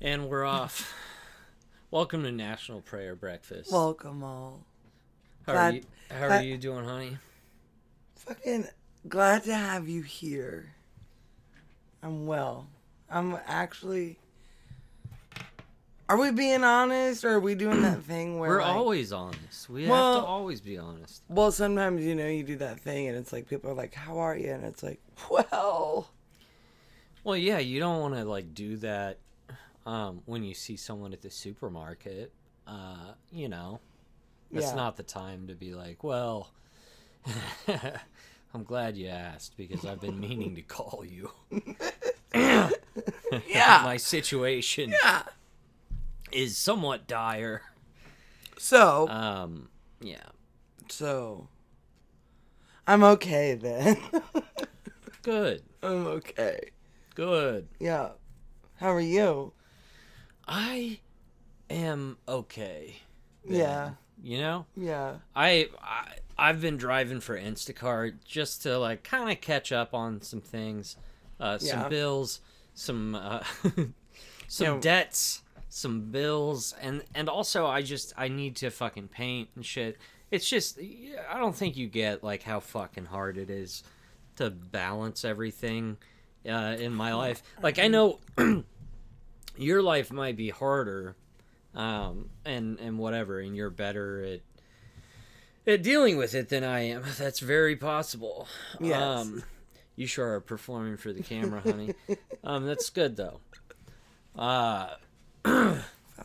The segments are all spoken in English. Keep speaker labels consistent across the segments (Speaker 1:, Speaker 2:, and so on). Speaker 1: And we're off. Welcome to National Prayer Breakfast.
Speaker 2: Welcome all.
Speaker 1: how are
Speaker 2: glad-
Speaker 1: you? How are
Speaker 2: glad-
Speaker 1: you doing, honey?
Speaker 2: Fucking glad to have you here. I'm well. I'm actually. Are we being honest, or are we doing that thing where
Speaker 1: We're
Speaker 2: like-
Speaker 1: always honest. We have
Speaker 2: Well-
Speaker 1: to always be honest.
Speaker 2: Well, sometimes you know you do that thing, and it's like people are like, "How are you?" and it's like, "Well."
Speaker 1: Well, yeah, you don't want to like do that um, when you see someone at the supermarket. Uh, you know, that's
Speaker 2: Yeah.
Speaker 1: not the time to be like, well, I'm glad you asked because I've been meaning to call you.
Speaker 2: Yeah.
Speaker 1: My situation
Speaker 2: yeah.
Speaker 1: is somewhat dire.
Speaker 2: So,
Speaker 1: Um, yeah.
Speaker 2: so. I'm okay then.
Speaker 1: Good.
Speaker 2: I'm okay.
Speaker 1: Good.
Speaker 2: Yeah. How are you?
Speaker 1: I am okay.
Speaker 2: Yeah.
Speaker 1: You know,
Speaker 2: Yeah.
Speaker 1: I, I I've been driving for Instacart just to like kind of catch up on some things, uh, some
Speaker 2: Yeah.
Speaker 1: bills, some uh, some
Speaker 2: Yeah.
Speaker 1: debts, some bills, and and also I just I need to fucking paint and shit. It's just I don't think you get like how fucking hard it is to balance everything uh, in my life. Like
Speaker 2: mm.
Speaker 1: I know your life might be harder, um, and and whatever, and you're better at at dealing with it than I am. That's very possible. Um,
Speaker 2: Yes.
Speaker 1: you sure are performing for the camera, honey. um, that's good though. Uh,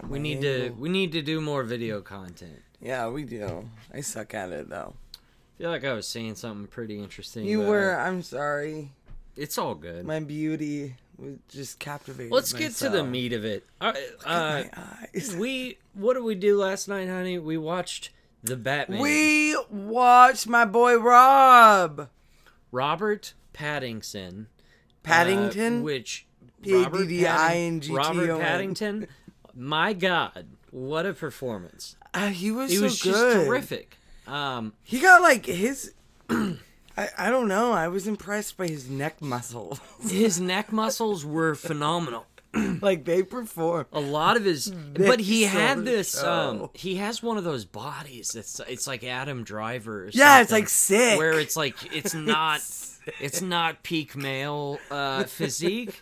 Speaker 1: we need to we need to do more video content.
Speaker 2: Yeah, we do. I suck at it though.
Speaker 1: I feel like I was saying something pretty interesting.
Speaker 2: You
Speaker 1: but
Speaker 2: were. I'm sorry.
Speaker 1: It's all good.
Speaker 2: My beauty was just captivated.
Speaker 1: Let's get to the
Speaker 2: myself.
Speaker 1: meat of it. Uh, uh,
Speaker 2: My eyes.
Speaker 1: we what did we do last night, honey? We watched the Batman.
Speaker 2: We watched my boy Rob
Speaker 1: Robert Paddington. uh,
Speaker 2: Paddington.
Speaker 1: which Robert Padding-
Speaker 2: P-A-D-D-I-N-G-T-O-N.
Speaker 1: Robert Paddington. My God, what a performance!
Speaker 2: Uh, he was
Speaker 1: He
Speaker 2: so
Speaker 1: was
Speaker 2: good.
Speaker 1: just terrific. Um,
Speaker 2: He got like his. I, I don't know. I was impressed by his neck muscles.
Speaker 1: his neck muscles were phenomenal.
Speaker 2: like they perform.
Speaker 1: A lot of his, but he
Speaker 2: This
Speaker 1: had
Speaker 2: sort of
Speaker 1: this. Um,
Speaker 2: show.
Speaker 1: he has one of those bodies that's it's like Adam Driver. Or
Speaker 2: Yeah, it's
Speaker 1: something,
Speaker 2: like sick.
Speaker 1: Where it's like it's not, it's not peak male uh, physique.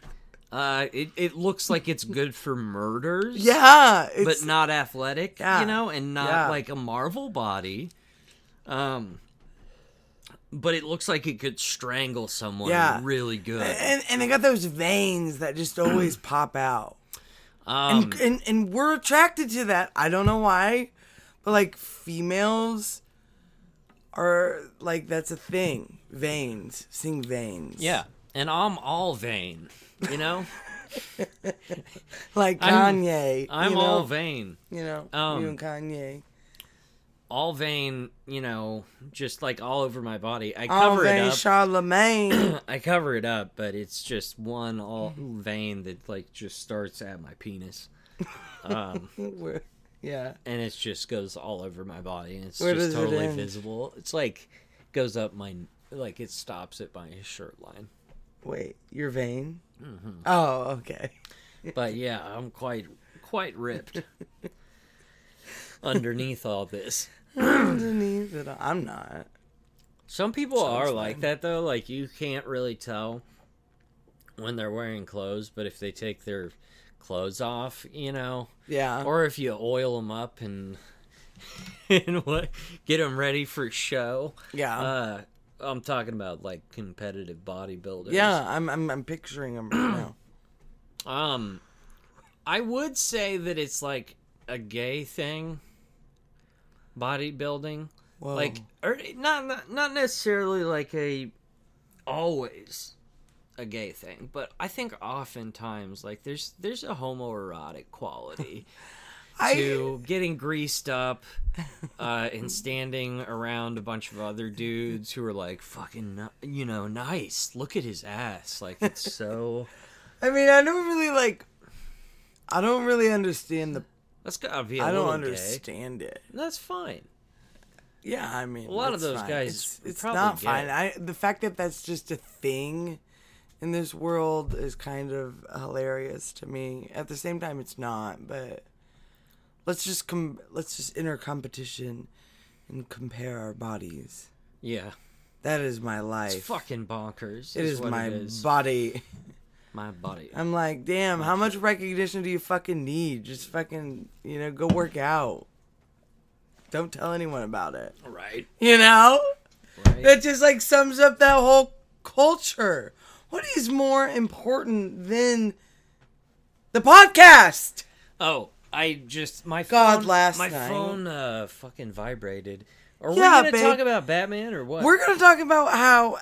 Speaker 1: Uh, it it looks like it's good for murders.
Speaker 2: yeah, it's,
Speaker 1: but not athletic,
Speaker 2: Yeah.
Speaker 1: you know, and not
Speaker 2: Yeah.
Speaker 1: like a Marvel body. Um, but it looks like it could strangle someone
Speaker 2: Yeah.
Speaker 1: really good.
Speaker 2: And and they got those veins that just always pop out.
Speaker 1: Um,
Speaker 2: and, and and we're attracted to that. I don't know why, but like females are like that's a thing. Veins, seeing veins.
Speaker 1: yeah, and I'm all vain, you know.
Speaker 2: like
Speaker 1: I'm-
Speaker 2: Kanye.
Speaker 1: I'm
Speaker 2: you know?
Speaker 1: all vain,
Speaker 2: You know,
Speaker 1: Um,
Speaker 2: you and Kanye.
Speaker 1: all vain, you know, just like all over my body. I
Speaker 2: All
Speaker 1: cover
Speaker 2: vein,
Speaker 1: it up.
Speaker 2: Charlemagne.
Speaker 1: I cover it up, but it's just one all
Speaker 2: Mm-hmm.
Speaker 1: vein that like just starts at my penis, um,
Speaker 2: We're- yeah,
Speaker 1: and it just goes all over my body, and it's
Speaker 2: Where
Speaker 1: just
Speaker 2: does it
Speaker 1: totally
Speaker 2: end?
Speaker 1: visible. It's like goes up my like it stops at my shirt line.
Speaker 2: wait, your vein.
Speaker 1: Mm-hmm.
Speaker 2: Oh, okay.
Speaker 1: But yeah, I'm quite quite ripped underneath all this.
Speaker 2: Underneath it, all- uh, I'm not.
Speaker 1: Some people are like
Speaker 2: fine.
Speaker 1: that though. Like you can't really tell when they're wearing clothes, but if they take their clothes off, you know,
Speaker 2: Yeah,
Speaker 1: or if you oil them up and and what get them ready for show.
Speaker 2: yeah,
Speaker 1: Uh, I'm talking about like competitive bodybuilders.
Speaker 2: yeah. I'm, I'm, I'm picturing him right now.
Speaker 1: Um, I would say that it's like a gay thing. Bodybuilding.
Speaker 2: Whoa.
Speaker 1: like or not, not not necessarily like a always a gay thing but i think oftentimes like there's there's a homoerotic quality
Speaker 2: I-
Speaker 1: to getting greased up uh and standing around a bunch of other dudes who are like fucking ni- you know nice look at his ass like it's so
Speaker 2: I mean, I don't really like. I don't really understand the.
Speaker 1: that's gotta be I
Speaker 2: I
Speaker 1: little
Speaker 2: don't
Speaker 1: understand
Speaker 2: understand it.
Speaker 1: that's fine
Speaker 2: Yeah, I mean,
Speaker 1: A lot of
Speaker 2: that's
Speaker 1: those
Speaker 2: fine.
Speaker 1: guys
Speaker 2: It's, it's
Speaker 1: probably
Speaker 2: not
Speaker 1: get
Speaker 2: fine.
Speaker 1: it.
Speaker 2: I the fact that that's just a thing in this world is kind of hilarious to me. At the same time, it's not. But let's just com- let's just enter competition and compare our bodies.
Speaker 1: Yeah.
Speaker 2: That is my life.
Speaker 1: It's fucking bonkers.
Speaker 2: It is
Speaker 1: what
Speaker 2: my
Speaker 1: it is.
Speaker 2: body.
Speaker 1: my body.
Speaker 2: I'm like, damn. How much recognition do you fucking need? Just fucking, you know, go work out. Don't tell anyone about it.
Speaker 1: Right.
Speaker 2: You know.
Speaker 1: Right.
Speaker 2: That just like sums up that whole culture. What is more important than the podcast?
Speaker 1: Oh, I just my
Speaker 2: God,
Speaker 1: phone,
Speaker 2: last
Speaker 1: my
Speaker 2: night-
Speaker 1: phone uh fucking vibrated. Are we
Speaker 2: Yeah,
Speaker 1: gonna
Speaker 2: babe.
Speaker 1: talk about Batman or what?
Speaker 2: We're going to talk about how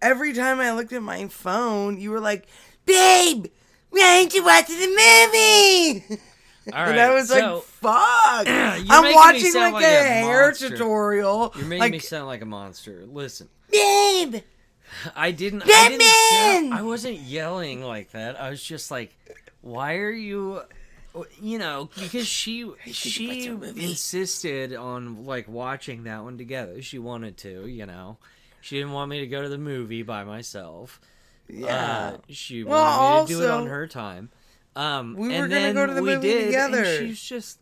Speaker 2: every time I looked at my phone, you were like, babe, why aren't you watching the movie?
Speaker 1: All
Speaker 2: and I was
Speaker 1: so-
Speaker 2: like, fuck.
Speaker 1: making me
Speaker 2: I'm watching
Speaker 1: sound
Speaker 2: like,
Speaker 1: like
Speaker 2: a,
Speaker 1: a
Speaker 2: hair
Speaker 1: monster.
Speaker 2: tutorial.
Speaker 1: You're making
Speaker 2: like,
Speaker 1: me sound like a monster. Listen,
Speaker 2: babe.
Speaker 1: I didn't. I, didn't yell-
Speaker 2: Batman!
Speaker 1: I wasn't yelling like that. I was just like, why are you? You know, because she she
Speaker 2: watch a movie.
Speaker 1: insisted on like watching that one together. She wanted to, you know. She didn't want me to go to the movie by myself.
Speaker 2: Yeah.
Speaker 1: Uh, she
Speaker 2: Well,
Speaker 1: wanted me to do it on
Speaker 2: also-
Speaker 1: her time. Um,
Speaker 2: We
Speaker 1: and
Speaker 2: were gonna
Speaker 1: then
Speaker 2: go to the
Speaker 1: we
Speaker 2: movie
Speaker 1: did, and
Speaker 2: together.
Speaker 1: she's just,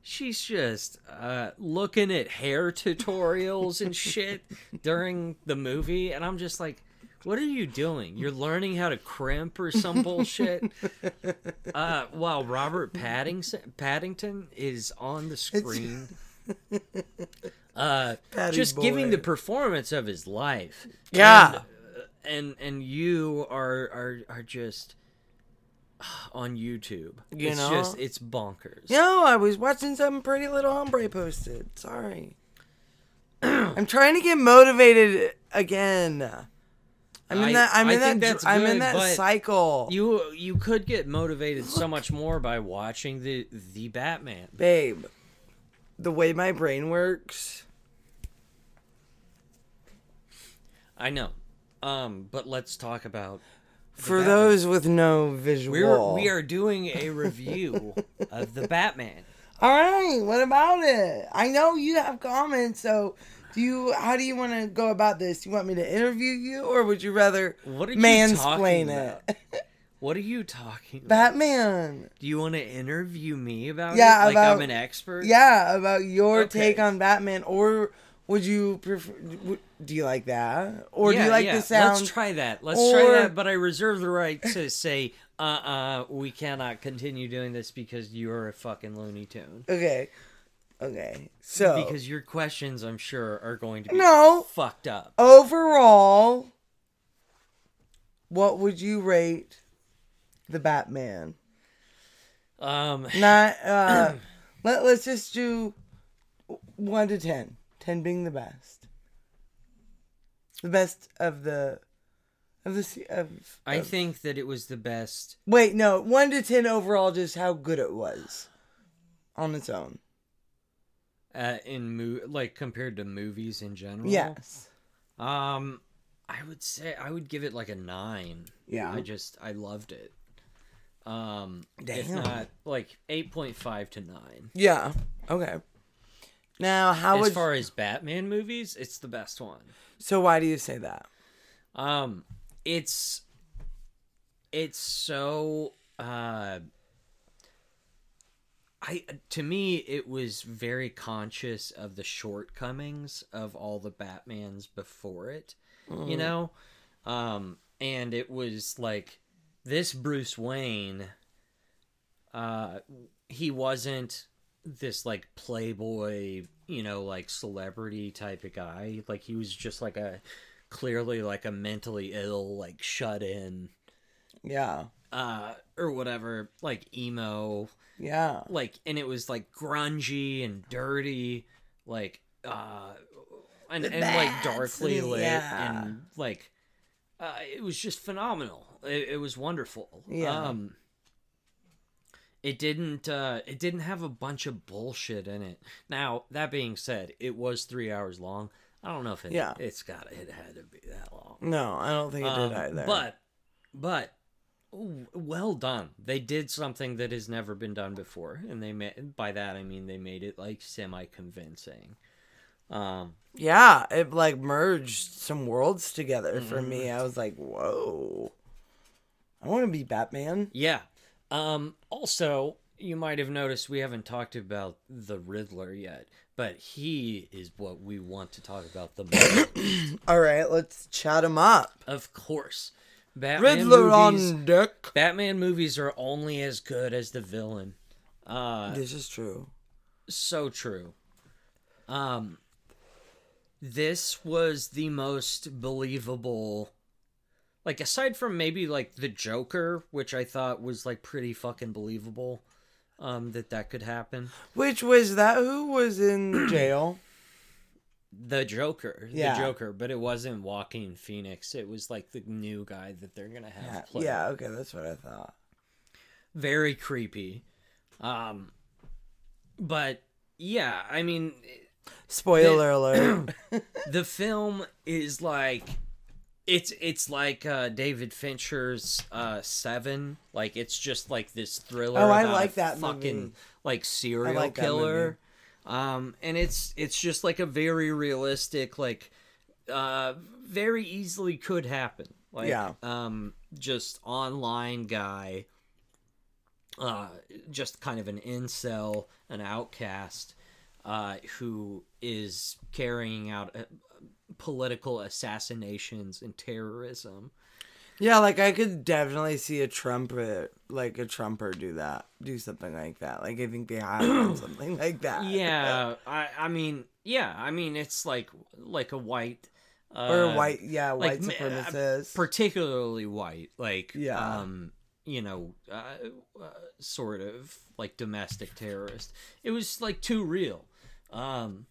Speaker 1: she's just uh, looking at hair tutorials and shit during the movie, and I'm just like, what are you doing? You're learning how to crimp or some bullshit. uh, while Robert Paddington Paddington is on the screen. Uh,
Speaker 2: Patty
Speaker 1: just giving
Speaker 2: boy.
Speaker 1: the performance of his life
Speaker 2: yeah.
Speaker 1: and and you are are are just uh, on YouTube.
Speaker 2: You
Speaker 1: it's
Speaker 2: know?
Speaker 1: just it's bonkers.
Speaker 2: No, I was watching something Pretty Little Hombre posted. Sorry. I'm trying to get motivated again. I'm in
Speaker 1: I-
Speaker 2: that. I'm
Speaker 1: I
Speaker 2: in that.
Speaker 1: think
Speaker 2: dr-
Speaker 1: that's
Speaker 2: I'm in
Speaker 1: good,
Speaker 2: that
Speaker 1: but
Speaker 2: cycle,
Speaker 1: You you could get motivated so much more by watching the the Batman.
Speaker 2: babe. The way my brain works.
Speaker 1: I know. Um but let's talk about
Speaker 2: For
Speaker 1: Batman.
Speaker 2: those with no visual,
Speaker 1: we're we are doing a review of the Batman.
Speaker 2: All right. What about it? I know you have comments. So, do you? How do you want to go about this? You want me to interview you, or would you rather
Speaker 1: What are you
Speaker 2: mansplain
Speaker 1: talking about?
Speaker 2: it?
Speaker 1: What are you talking about?
Speaker 2: Batman.
Speaker 1: Do you want to interview me about
Speaker 2: Yeah,
Speaker 1: it? Like
Speaker 2: about-
Speaker 1: I'm an expert?
Speaker 2: Yeah, about your
Speaker 1: Okay.
Speaker 2: take on Batman, or would you prefer? w- Do you like that, or do
Speaker 1: Yeah,
Speaker 2: you like
Speaker 1: yeah.
Speaker 2: the sound?
Speaker 1: Let's try that. Let's try
Speaker 2: Or-
Speaker 1: that. But I reserve the right to say, uh, uh, we cannot continue doing this because you're a fucking Looney Tune.
Speaker 2: okay, okay. So
Speaker 1: Because your questions, I'm sure, are going to be
Speaker 2: Oh. no,
Speaker 1: fucked up.
Speaker 2: overall, what would you rate the Batman?
Speaker 1: Um,
Speaker 2: Not uh, let Let's just do one to ten. Ten being the best, the best of the of the se- of
Speaker 1: I think that it was the best.
Speaker 2: Wait, no, one to ten overall, just how good it was on its own.
Speaker 1: Uh, in mo- like compared to movies in general,
Speaker 2: Yes.
Speaker 1: Um, I would say I would give it like a nine.
Speaker 2: Yeah.
Speaker 1: I just I loved it. Um, if
Speaker 2: Damn.
Speaker 1: not like eight point five to nine.
Speaker 2: Yeah. Okay. Now, how
Speaker 1: as
Speaker 2: would
Speaker 1: far as Batman movies, it's the best one.
Speaker 2: so? Why do you say that?
Speaker 1: Um, it's it's so uh, I to me it was very conscious of the shortcomings of all the Batmans before it, you know, um, and it was like this Bruce Wayne, uh, he wasn't this like playboy you know like celebrity type of guy like he was just like a clearly like a mentally ill like shut in
Speaker 2: Yeah.
Speaker 1: uh or whatever like emo
Speaker 2: Yeah.
Speaker 1: like and it was like grungy and dirty like uh and, and like
Speaker 2: bats,
Speaker 1: darkly
Speaker 2: and-
Speaker 1: lit
Speaker 2: yeah.
Speaker 1: and like uh, it was just phenomenal it, it was wonderful
Speaker 2: Yeah.
Speaker 1: um it didn't uh it didn't have a bunch of bullshit in it now that being said it was three hours long i don't know if it,
Speaker 2: Yeah.
Speaker 1: it's got it had to be that long
Speaker 2: No, I don't think it did
Speaker 1: um,
Speaker 2: either.
Speaker 1: But, but, w- well done. They did something that has never been done before, and they made by that I mean they made it like semi convincing. Um, Mm-hmm.
Speaker 2: yeah, it like merged some worlds together for me. I was like, whoa. I want to be Batman.
Speaker 1: Yeah. Um, also, you might have noticed we haven't talked about the Riddler yet, but he is what we want to talk about the most.
Speaker 2: All right, let's chat him up.
Speaker 1: of course. Batman
Speaker 2: Riddler
Speaker 1: movies,
Speaker 2: on deck.
Speaker 1: Batman movies are only as good as the villain. Uh,
Speaker 2: This is true.
Speaker 1: so true. Um, this was the most believable. Like aside from maybe like the Joker, which I thought was like pretty fucking believable, um, that that could happen.
Speaker 2: Which was that? Who was in jail?
Speaker 1: The Joker,
Speaker 2: Yeah.
Speaker 1: the Joker, but it wasn't Walking Phoenix. It was like the new guy that they're gonna have
Speaker 2: Yeah,
Speaker 1: play.
Speaker 2: yeah, okay, that's what I thought.
Speaker 1: very creepy. Um, but yeah, I mean,
Speaker 2: Spoiler alert.
Speaker 1: the film is like it's it's like uh David Fincher's uh Seven. Like it's just like this thriller.
Speaker 2: Oh, I
Speaker 1: about a
Speaker 2: like that
Speaker 1: fucking
Speaker 2: movie.
Speaker 1: like serial
Speaker 2: like that
Speaker 1: killer. Um and it's it's just like a very realistic, like uh very easily could happen. Like
Speaker 2: Yeah.
Speaker 1: um just online guy uh just kind of an incel, an outcast uh, who is carrying out uh, political assassinations and terrorism.
Speaker 2: yeah, like I could definitely see a trumpet, like a trumper, do that, do something like that. Like I think they have done something like that.
Speaker 1: Yeah, I, I mean, yeah, I mean, it's like like a white uh,
Speaker 2: or white, yeah, white
Speaker 1: like, ma- uh,
Speaker 2: supremacists.
Speaker 1: particularly white, like
Speaker 2: Yeah.
Speaker 1: um, you know, uh, uh, sort of like domestic terrorist. It was like too real, um,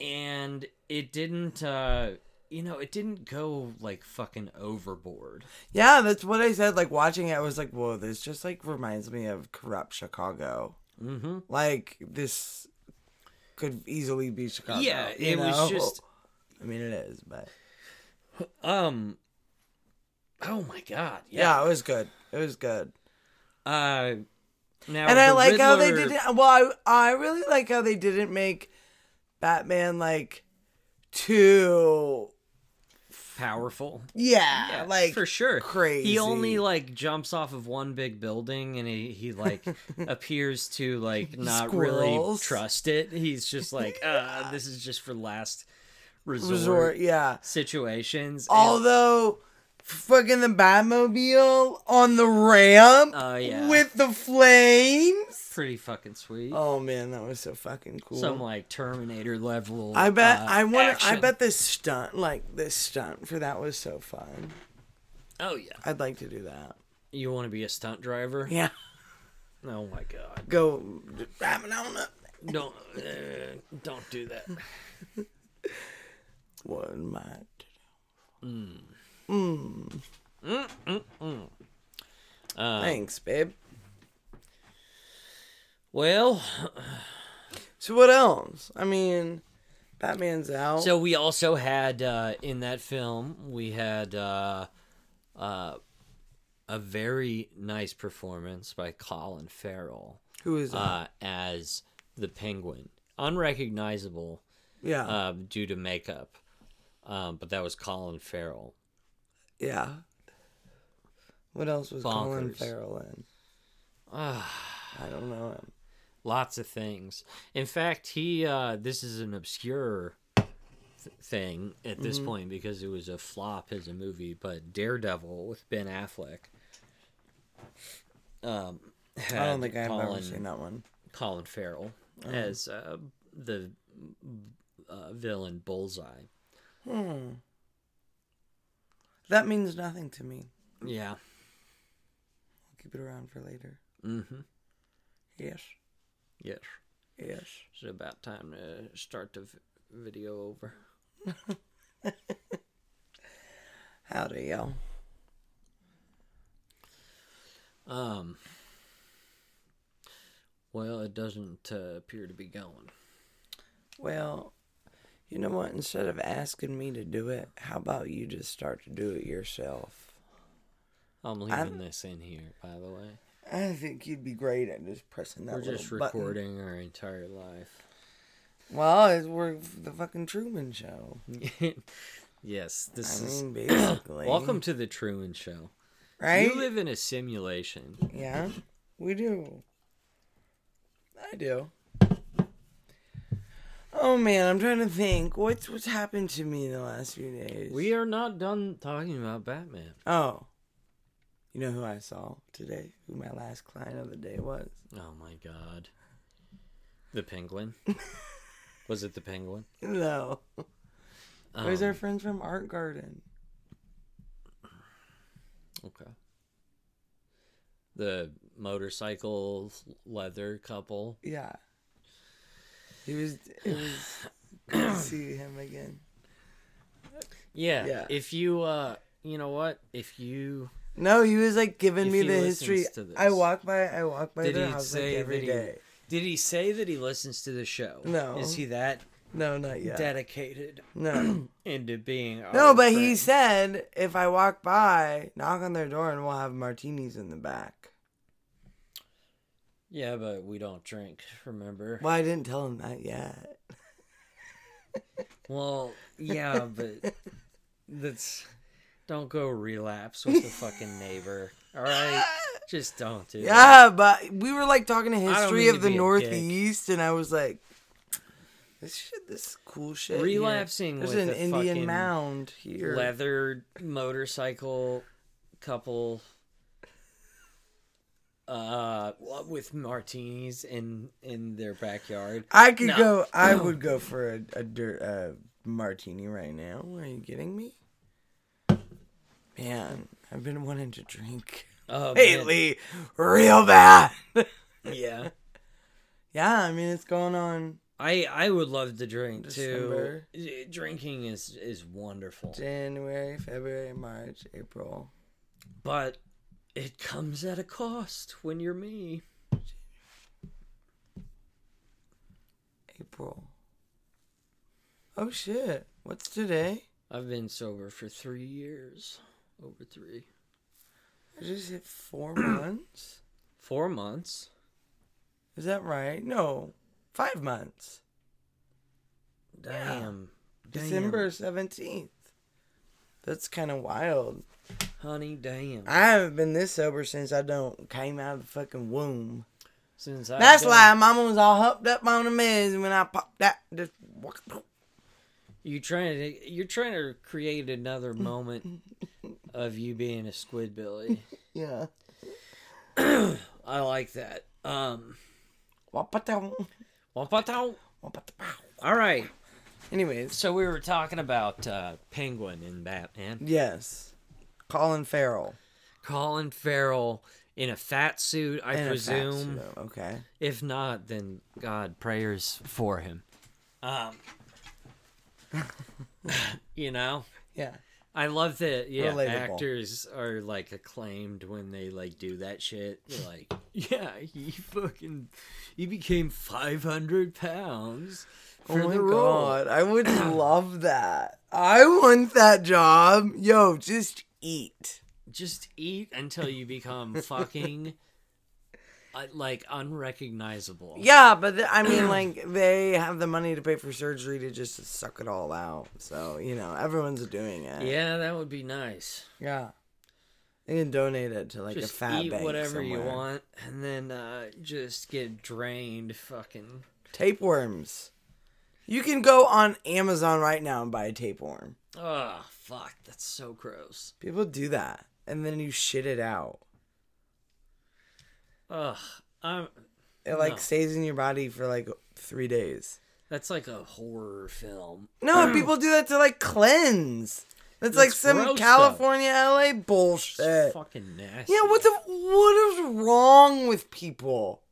Speaker 1: and it didn't. Uh, you know, it didn't go like fucking overboard.
Speaker 2: yeah, that's what I said. Like watching it, I was like, whoa, this just like reminds me of corrupt Chicago.
Speaker 1: Mm-hmm.
Speaker 2: Like this could easily be Chicago.
Speaker 1: Yeah,
Speaker 2: you
Speaker 1: it was
Speaker 2: know?
Speaker 1: just
Speaker 2: I mean, it is, but
Speaker 1: um. Oh my god!
Speaker 2: yeah,
Speaker 1: Yeah.
Speaker 2: it was good. It was good.
Speaker 1: Uh, now
Speaker 2: and I
Speaker 1: the
Speaker 2: like how they
Speaker 1: Riddler-
Speaker 2: didn't. Well, I I really like how they didn't make Batman like too.
Speaker 1: powerful.
Speaker 2: Yeah,
Speaker 1: Yeah,
Speaker 2: like
Speaker 1: for sure.
Speaker 2: crazy.
Speaker 1: He only like jumps off of one big building, and he he like appears to like not really
Speaker 2: Squirrels.
Speaker 1: trust it. He's just like, uh, this is just for last resort,
Speaker 2: resort. Yeah.
Speaker 1: situations.
Speaker 2: Although, fucking the Batmobile on the ramp
Speaker 1: Oh, yeah.
Speaker 2: with the flames.
Speaker 1: And pretty fucking sweet.
Speaker 2: Oh man, that was so fucking cool.
Speaker 1: Some like Terminator level.
Speaker 2: I bet
Speaker 1: uh,
Speaker 2: I want. I
Speaker 1: action.
Speaker 2: bet this stunt, like this stunt for that, was so fun.
Speaker 1: Oh yeah.
Speaker 2: I'd like to do that.
Speaker 1: You want to be a stunt driver?
Speaker 2: Yeah,
Speaker 1: Oh my god.
Speaker 2: go ramming on up.
Speaker 1: Don't uh, don't do that.
Speaker 2: What might
Speaker 1: Hmm. Uh,
Speaker 2: Hmm. Thanks, babe.
Speaker 1: well,
Speaker 2: So what else? I mean, Batman's out.
Speaker 1: so we also had uh, in that film we had uh, uh, a very nice performance by Colin Farrell
Speaker 2: Who is that?
Speaker 1: uh, as the Penguin, unrecognizable
Speaker 2: yeah,
Speaker 1: uh, due to makeup, um, but that was Colin Farrell.
Speaker 2: yeah. What else was Colin
Speaker 1: bonkers.
Speaker 2: Farrell in?
Speaker 1: Ah,
Speaker 2: I don't know him.
Speaker 1: lots of things. In fact, he uh, this is an obscure th- thing at this
Speaker 2: Mm-hmm.
Speaker 1: point because it was a flop as a movie. But Daredevil with Ben Affleck, um, had
Speaker 2: I don't think I've
Speaker 1: Colin,
Speaker 2: ever seen that Uh-huh. one.
Speaker 1: Colin Farrell as uh, the uh, villain Bullseye.
Speaker 2: Hmm. That means nothing to me.
Speaker 1: Yeah.
Speaker 2: I'll keep it around for later.
Speaker 1: Mm-hmm.
Speaker 2: Yes,
Speaker 1: Yes.
Speaker 2: yes.
Speaker 1: It's about time to start the v- video over.
Speaker 2: Howdy, y'all.
Speaker 1: Um. Well, it doesn't uh, appear to be going.
Speaker 2: Well, you know what? Instead of asking me to do it, how about you just start to do it yourself?
Speaker 1: I'm leaving
Speaker 2: I'm-
Speaker 1: this in here, by the way.
Speaker 2: I think you'd be great at just pressing that.
Speaker 1: We're just
Speaker 2: little button.
Speaker 1: recording our entire life.
Speaker 2: Well, it's, we're the fucking Truman Show.
Speaker 1: yes, this
Speaker 2: I
Speaker 1: is.
Speaker 2: mean, basically.
Speaker 1: Welcome to the Truman Show.
Speaker 2: right?
Speaker 1: You live in a simulation.
Speaker 2: yeah, we do. I do. Oh man, I'm trying to think. What's what's happened to me in the last few days?
Speaker 1: We are not done talking about Batman.
Speaker 2: Oh, you know who I saw today? Who my last client of the day was?
Speaker 1: Oh my god. The penguin. Was it the penguin?
Speaker 2: No, it was
Speaker 1: Um,
Speaker 2: our friends from Art Garden.
Speaker 1: Okay. The motorcycle leather couple.
Speaker 2: Yeah. It was it was good to see him again.
Speaker 1: Yeah.
Speaker 2: Yeah.
Speaker 1: If you uh you know what? If you
Speaker 2: No, he was like giving
Speaker 1: If
Speaker 2: me
Speaker 1: he
Speaker 2: the history.
Speaker 1: listens to this.
Speaker 2: I walk by I walk by
Speaker 1: Did
Speaker 2: their
Speaker 1: he
Speaker 2: house
Speaker 1: say
Speaker 2: like
Speaker 1: that
Speaker 2: every
Speaker 1: he-
Speaker 2: day.
Speaker 1: did he say that he listens to the show?
Speaker 2: No.
Speaker 1: Is he that
Speaker 2: No, not yet.
Speaker 1: dedicated
Speaker 2: No.
Speaker 1: into being
Speaker 2: no,
Speaker 1: our
Speaker 2: but he
Speaker 1: friend?
Speaker 2: said if I walk by, knock on their door and we'll have martinis in the back.
Speaker 1: Yeah, but we don't drink, remember?
Speaker 2: Well, I didn't tell him that yet.
Speaker 1: Well, yeah, but that's don't go relapse with the fucking neighbor. All right, just don't do. that.
Speaker 2: Yeah, but we were like talking to
Speaker 1: don't
Speaker 2: history
Speaker 1: mean
Speaker 2: of
Speaker 1: to
Speaker 2: the
Speaker 1: be a dick.
Speaker 2: Northeast and I was like this shit this is cool shit. here.
Speaker 1: Relapsing
Speaker 2: There's
Speaker 1: with
Speaker 2: an
Speaker 1: a
Speaker 2: Indian
Speaker 1: fucking
Speaker 2: mound here.
Speaker 1: leather motorcycle couple. Uh, with martinis in in their backyard.
Speaker 2: I could
Speaker 1: No.
Speaker 2: go. I would go for a, a dirt a martini right now. Are you kidding me? Man, I've been wanting to drink
Speaker 1: Oh, man.
Speaker 2: lately, real bad.
Speaker 1: yeah.
Speaker 2: yeah, I mean it's going on.
Speaker 1: I I would love to drink too.
Speaker 2: December.
Speaker 1: Eh, Drinking is is wonderful,
Speaker 2: January, February, March, April.
Speaker 1: but it comes at a cost when you're me.
Speaker 2: April. Oh shit! What's today?
Speaker 1: I've been sober for three years. Over three.
Speaker 2: I just hit four months.
Speaker 1: Four months.
Speaker 2: Is that right? No, five months.
Speaker 1: Damn. Damn.
Speaker 2: December seventeenth. That's kind of wild.
Speaker 1: Honey, damn.
Speaker 2: I haven't been this sober since I don't came out of the fucking womb.
Speaker 1: Since I
Speaker 2: That's why Mama was all hopped up on the meds when I popped that. Just
Speaker 1: you trying to you're trying to create another moment of you being a squidbilly.
Speaker 2: yeah,
Speaker 1: I like that. Um
Speaker 2: Wapata-
Speaker 1: Wampatow.
Speaker 2: wapata- pow.
Speaker 1: All right.
Speaker 2: Anyways,
Speaker 1: So we were talking about uh Penguin and Batman.
Speaker 2: yes, Colin Farrell.
Speaker 1: Colin Farrell in a fat suit, I
Speaker 2: And a fat
Speaker 1: presume.
Speaker 2: pseudo, Okay.
Speaker 1: If not, then God, prayers for him. Um, you know,
Speaker 2: Yeah.
Speaker 1: I love that. Yeah,
Speaker 2: Relatable.
Speaker 1: actors are like acclaimed when they like do that shit. They're like, yeah, he fucking he became five hundred pounds for
Speaker 2: oh my
Speaker 1: the role.
Speaker 2: god, I would love that. I want that job. Yo, just eat.
Speaker 1: Just eat until you become fucking. uh, Like unrecognizable.
Speaker 2: Yeah, but th- I mean, like they have the money to pay for surgery to just suck it all out. So you know, everyone's doing it.
Speaker 1: yeah, that would be nice.
Speaker 2: Yeah. They can donate it to like
Speaker 1: just
Speaker 2: a fat
Speaker 1: eat
Speaker 2: bank
Speaker 1: whatever you
Speaker 2: somewhere.
Speaker 1: want and then uh, just get drained fucking
Speaker 2: Tapeworms. You can go on Amazon right now and buy a tapeworm.
Speaker 1: oh fuck that's so gross
Speaker 2: People do that, and then you shit it out.
Speaker 1: ugh I'm,
Speaker 2: It like
Speaker 1: No.
Speaker 2: stays in your body for like three days.
Speaker 1: that's like a horror film
Speaker 2: No, people do that to like cleanse. That's like
Speaker 1: Mm. That's
Speaker 2: some
Speaker 1: gross, though.
Speaker 2: California, LA
Speaker 1: it's
Speaker 2: bullshit.
Speaker 1: fucking nasty
Speaker 2: Yeah, what the what is wrong with people?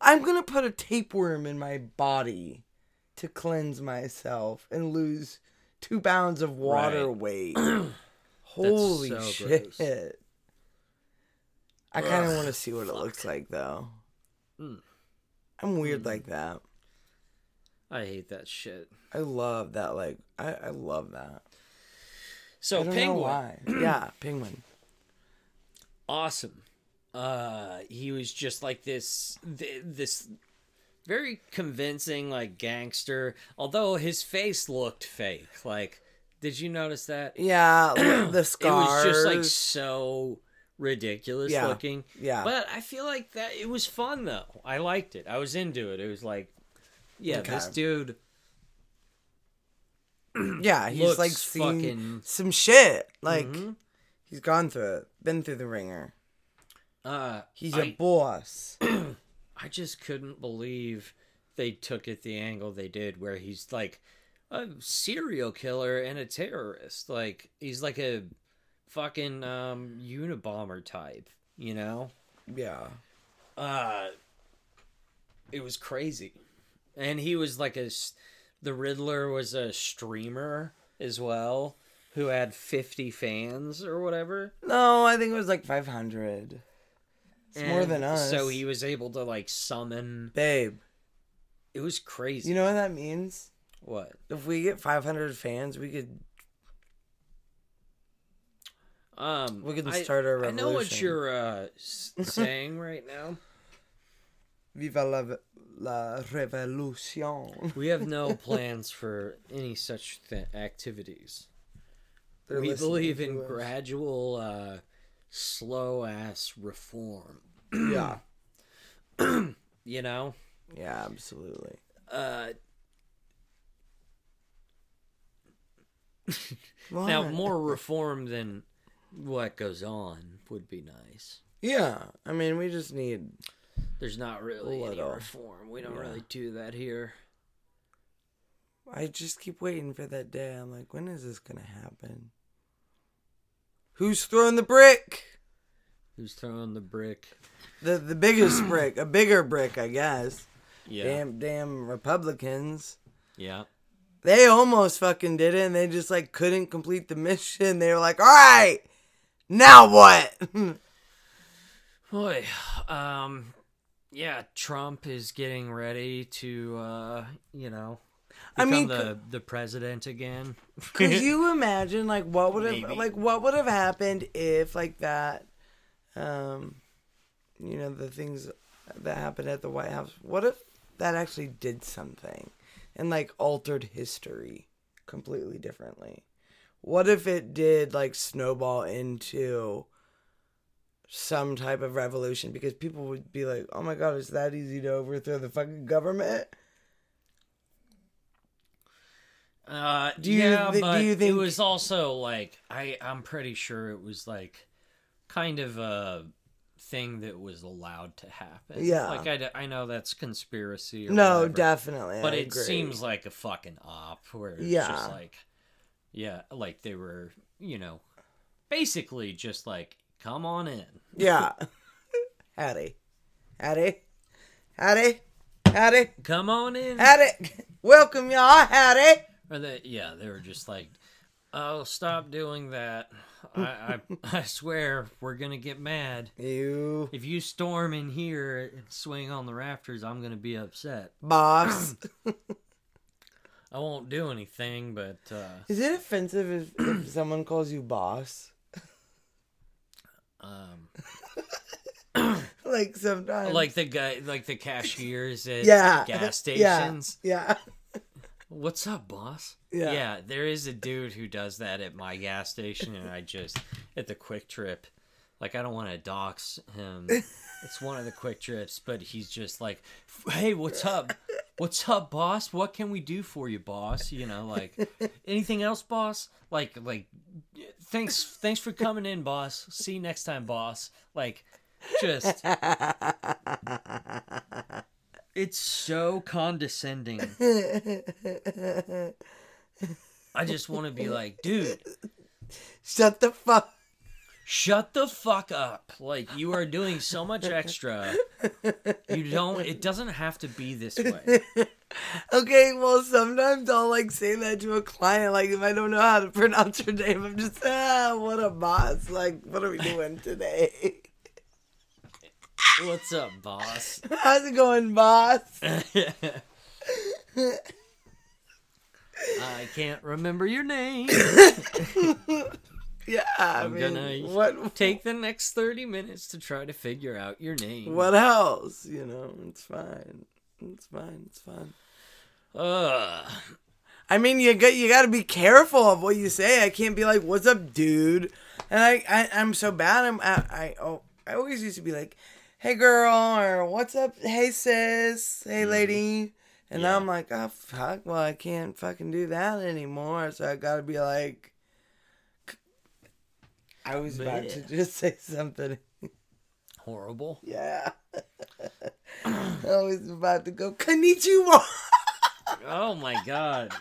Speaker 2: I'm gonna put a tapeworm in my body to cleanse myself and lose two pounds of water
Speaker 1: Right.
Speaker 2: weight. Holy
Speaker 1: so
Speaker 2: shit!
Speaker 1: gross.
Speaker 2: I kind of
Speaker 1: Ugh,
Speaker 2: want to see what it looks like though.
Speaker 1: Mm.
Speaker 2: I'm weird
Speaker 1: Hmm.
Speaker 2: like that.
Speaker 1: i hate that shit
Speaker 2: I love that. Like I, I love that.
Speaker 1: so
Speaker 2: I don't know
Speaker 1: penguin
Speaker 2: why. yeah, penguin.
Speaker 1: awesome uh he was just like this th- this very convincing like gangster although his face looked fake like did you notice that
Speaker 2: Yeah, the
Speaker 1: It was
Speaker 2: scars.
Speaker 1: just like so ridiculous
Speaker 2: Yeah.
Speaker 1: looking.
Speaker 2: Yeah.
Speaker 1: But I feel like that it was fun though. I liked it. I was into it. It was like, yeah,
Speaker 2: Okay.
Speaker 1: this dude.
Speaker 2: yeah, he's
Speaker 1: looks
Speaker 2: like seen
Speaker 1: fucking-
Speaker 2: some shit. Like
Speaker 1: Mhm.
Speaker 2: he's gone through it, been through the ringer.
Speaker 1: Uh,
Speaker 2: He's
Speaker 1: I
Speaker 2: a boss.
Speaker 1: I just couldn't believe they took it the angle they did, where he's like a serial killer and a terrorist. Like he's like a fucking um, Unabomber type. You know.
Speaker 2: yeah.
Speaker 1: uh it was crazy and he was like a s- the riddler was a streamer as well who had 50 fans or whatever
Speaker 2: No, I think it was like 500. It's more
Speaker 1: And
Speaker 2: than us.
Speaker 1: so he was able to like summon
Speaker 2: Babe,
Speaker 1: it was crazy
Speaker 2: you know what that means?
Speaker 1: what
Speaker 2: If we get 500 fans, we could
Speaker 1: um
Speaker 2: we could
Speaker 1: I-
Speaker 2: start our
Speaker 1: I
Speaker 2: revolution.
Speaker 1: know what you're uh, s- saying right now.
Speaker 2: Viva la, la revolution.
Speaker 1: We have no plans for any such th- activities.
Speaker 2: They're
Speaker 1: we
Speaker 2: listening
Speaker 1: believe
Speaker 2: to
Speaker 1: in
Speaker 2: us.
Speaker 1: gradual, uh, slow ass reform.
Speaker 2: yeah.
Speaker 1: You know,
Speaker 2: Yeah, absolutely.
Speaker 1: uh, now
Speaker 2: What?
Speaker 1: more reform than what goes on would be nice.
Speaker 2: Yeah, I mean, we just need.
Speaker 1: There's not really any
Speaker 2: Little.
Speaker 1: reform. We don't
Speaker 2: Yeah.
Speaker 1: really do that here.
Speaker 2: I just keep waiting for that day. I'm like, when is this gonna happen? Who's throwing the brick?
Speaker 1: Who's throwing the brick?
Speaker 2: The the biggest brick, a bigger brick, I guess.
Speaker 1: Yeah,
Speaker 2: Damn, damn Republicans.
Speaker 1: yeah.
Speaker 2: They almost fucking did it, and they just like couldn't complete the mission. They were like, all right, now what?
Speaker 1: Boy, um, yeah. Trump is getting ready to, uh, you know,
Speaker 2: I
Speaker 1: become
Speaker 2: mean,
Speaker 1: the the president again.
Speaker 2: Could you imagine like what would have
Speaker 1: Maybe.
Speaker 2: like what would have happened if like that um you know the things that happened at the White House what if that actually did something and like altered history completely differently what if it did like snowball into some type of revolution because people would be like oh my god it's that easy to overthrow the fucking government
Speaker 1: Uh,
Speaker 2: Do you
Speaker 1: yeah,
Speaker 2: thi- do
Speaker 1: but
Speaker 2: you
Speaker 1: it
Speaker 2: think-
Speaker 1: was also like I I'm pretty sure it was like kind of a thing that was allowed to happen.
Speaker 2: Yeah.
Speaker 1: like I, d- I know that's conspiracy. Or
Speaker 2: no
Speaker 1: whatever,
Speaker 2: definitely
Speaker 1: but
Speaker 2: I
Speaker 1: it
Speaker 2: agree.
Speaker 1: seems like a fucking op where it's
Speaker 2: Yeah.
Speaker 1: just like yeah, like they were you know basically just like come on in.
Speaker 2: Yeah. Hattie. Hattie. Hattie. Hattie.
Speaker 1: Come on in.
Speaker 2: Hattie. Welcome, y'all. Hattie.
Speaker 1: Or they, yeah, they were just like, "Oh, stop doing that! I, I, I swear we're gonna get mad
Speaker 2: You
Speaker 1: if you storm in here and swing on the rafters. I'm gonna be upset.
Speaker 2: boss.
Speaker 1: I won't do anything, but uh,
Speaker 2: Is it offensive if, if someone calls you boss?
Speaker 1: um,
Speaker 2: Like sometimes.
Speaker 1: like the guy, like the cashiers at
Speaker 2: Um, yeah.
Speaker 1: gas
Speaker 2: Yeah.
Speaker 1: stations.
Speaker 2: Yeah.
Speaker 1: What's up, boss?
Speaker 2: Yeah.
Speaker 1: there is a dude who does that at my gas station, and I just at the Quick Trip, like I don't want to dox him. it's one of the Quick Trips, but he's just like, "Hey, what's up? What's up, boss? What can we do for you, boss? You know, like anything else, boss? Like, like, thanks, thanks for coming in, boss. See you next time, boss. Like, just." It's so condescending. I just want to be like, dude,
Speaker 2: Shut the fuck.
Speaker 1: shut the fuck up. Like you are doing so much extra. You don't it doesn't have to be this way.
Speaker 2: Okay, well, sometimes I'll like say that to a client, like if I don't know how to pronounce your name, I'm just ah, what a boss! Like, what are we doing today?
Speaker 1: What's up, boss?
Speaker 2: How's it going, boss?
Speaker 1: I can't remember your name.
Speaker 2: Yeah, I
Speaker 1: I'm
Speaker 2: mean,
Speaker 1: gonna
Speaker 2: what?
Speaker 1: Take the next 30 minutes to try to figure out your name.
Speaker 2: What else? You know, it's fine. It's fine. It's fine.
Speaker 1: Ugh.
Speaker 2: I mean, you got you got to be careful of what you say. I can't be like, "What's up, dude?" And I, I I'm so bad. I'm I, I oh I always used to be like, "Hey, girl," or "What's up, hey sis, hey lady,"
Speaker 1: Mm-hmm. Yeah.
Speaker 2: and now I'm like, "Oh fuck," well I can't fucking do that anymore. So I got to be like, I was about to just say something.
Speaker 1: Horrible.
Speaker 2: Yeah. I was about to go, Konnichiwa.
Speaker 1: Oh my god.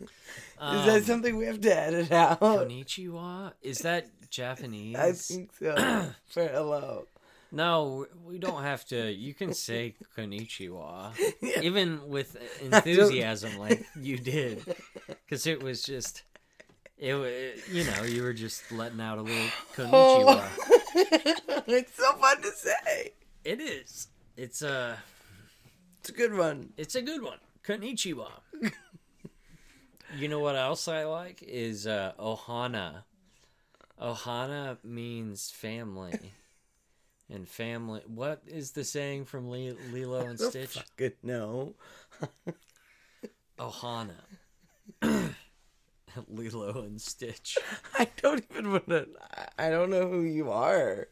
Speaker 2: Is that
Speaker 1: Um,
Speaker 2: something we have to edit out?
Speaker 1: Konnichiwa? Is that Japanese?
Speaker 2: I think so. For hello.
Speaker 1: No, we don't have to. You can say konnichiwa,
Speaker 2: Yeah.
Speaker 1: even with
Speaker 2: don't-
Speaker 1: enthusiasm, like you did, because it was just, it, wa- you know, you were just letting out a little konnichiwa.
Speaker 2: Oh. it's so fun to say.
Speaker 1: It is. It's a,
Speaker 2: It's a good one.
Speaker 1: it's a good one. Konnichiwa. you know what else I like is uh, ohana. Ohana means family. And family, what is the saying from Le- Lilo and Stitch?
Speaker 2: Good no.
Speaker 1: Ohana. Lilo and Stitch.
Speaker 2: I don't even want to. I don't know who you are.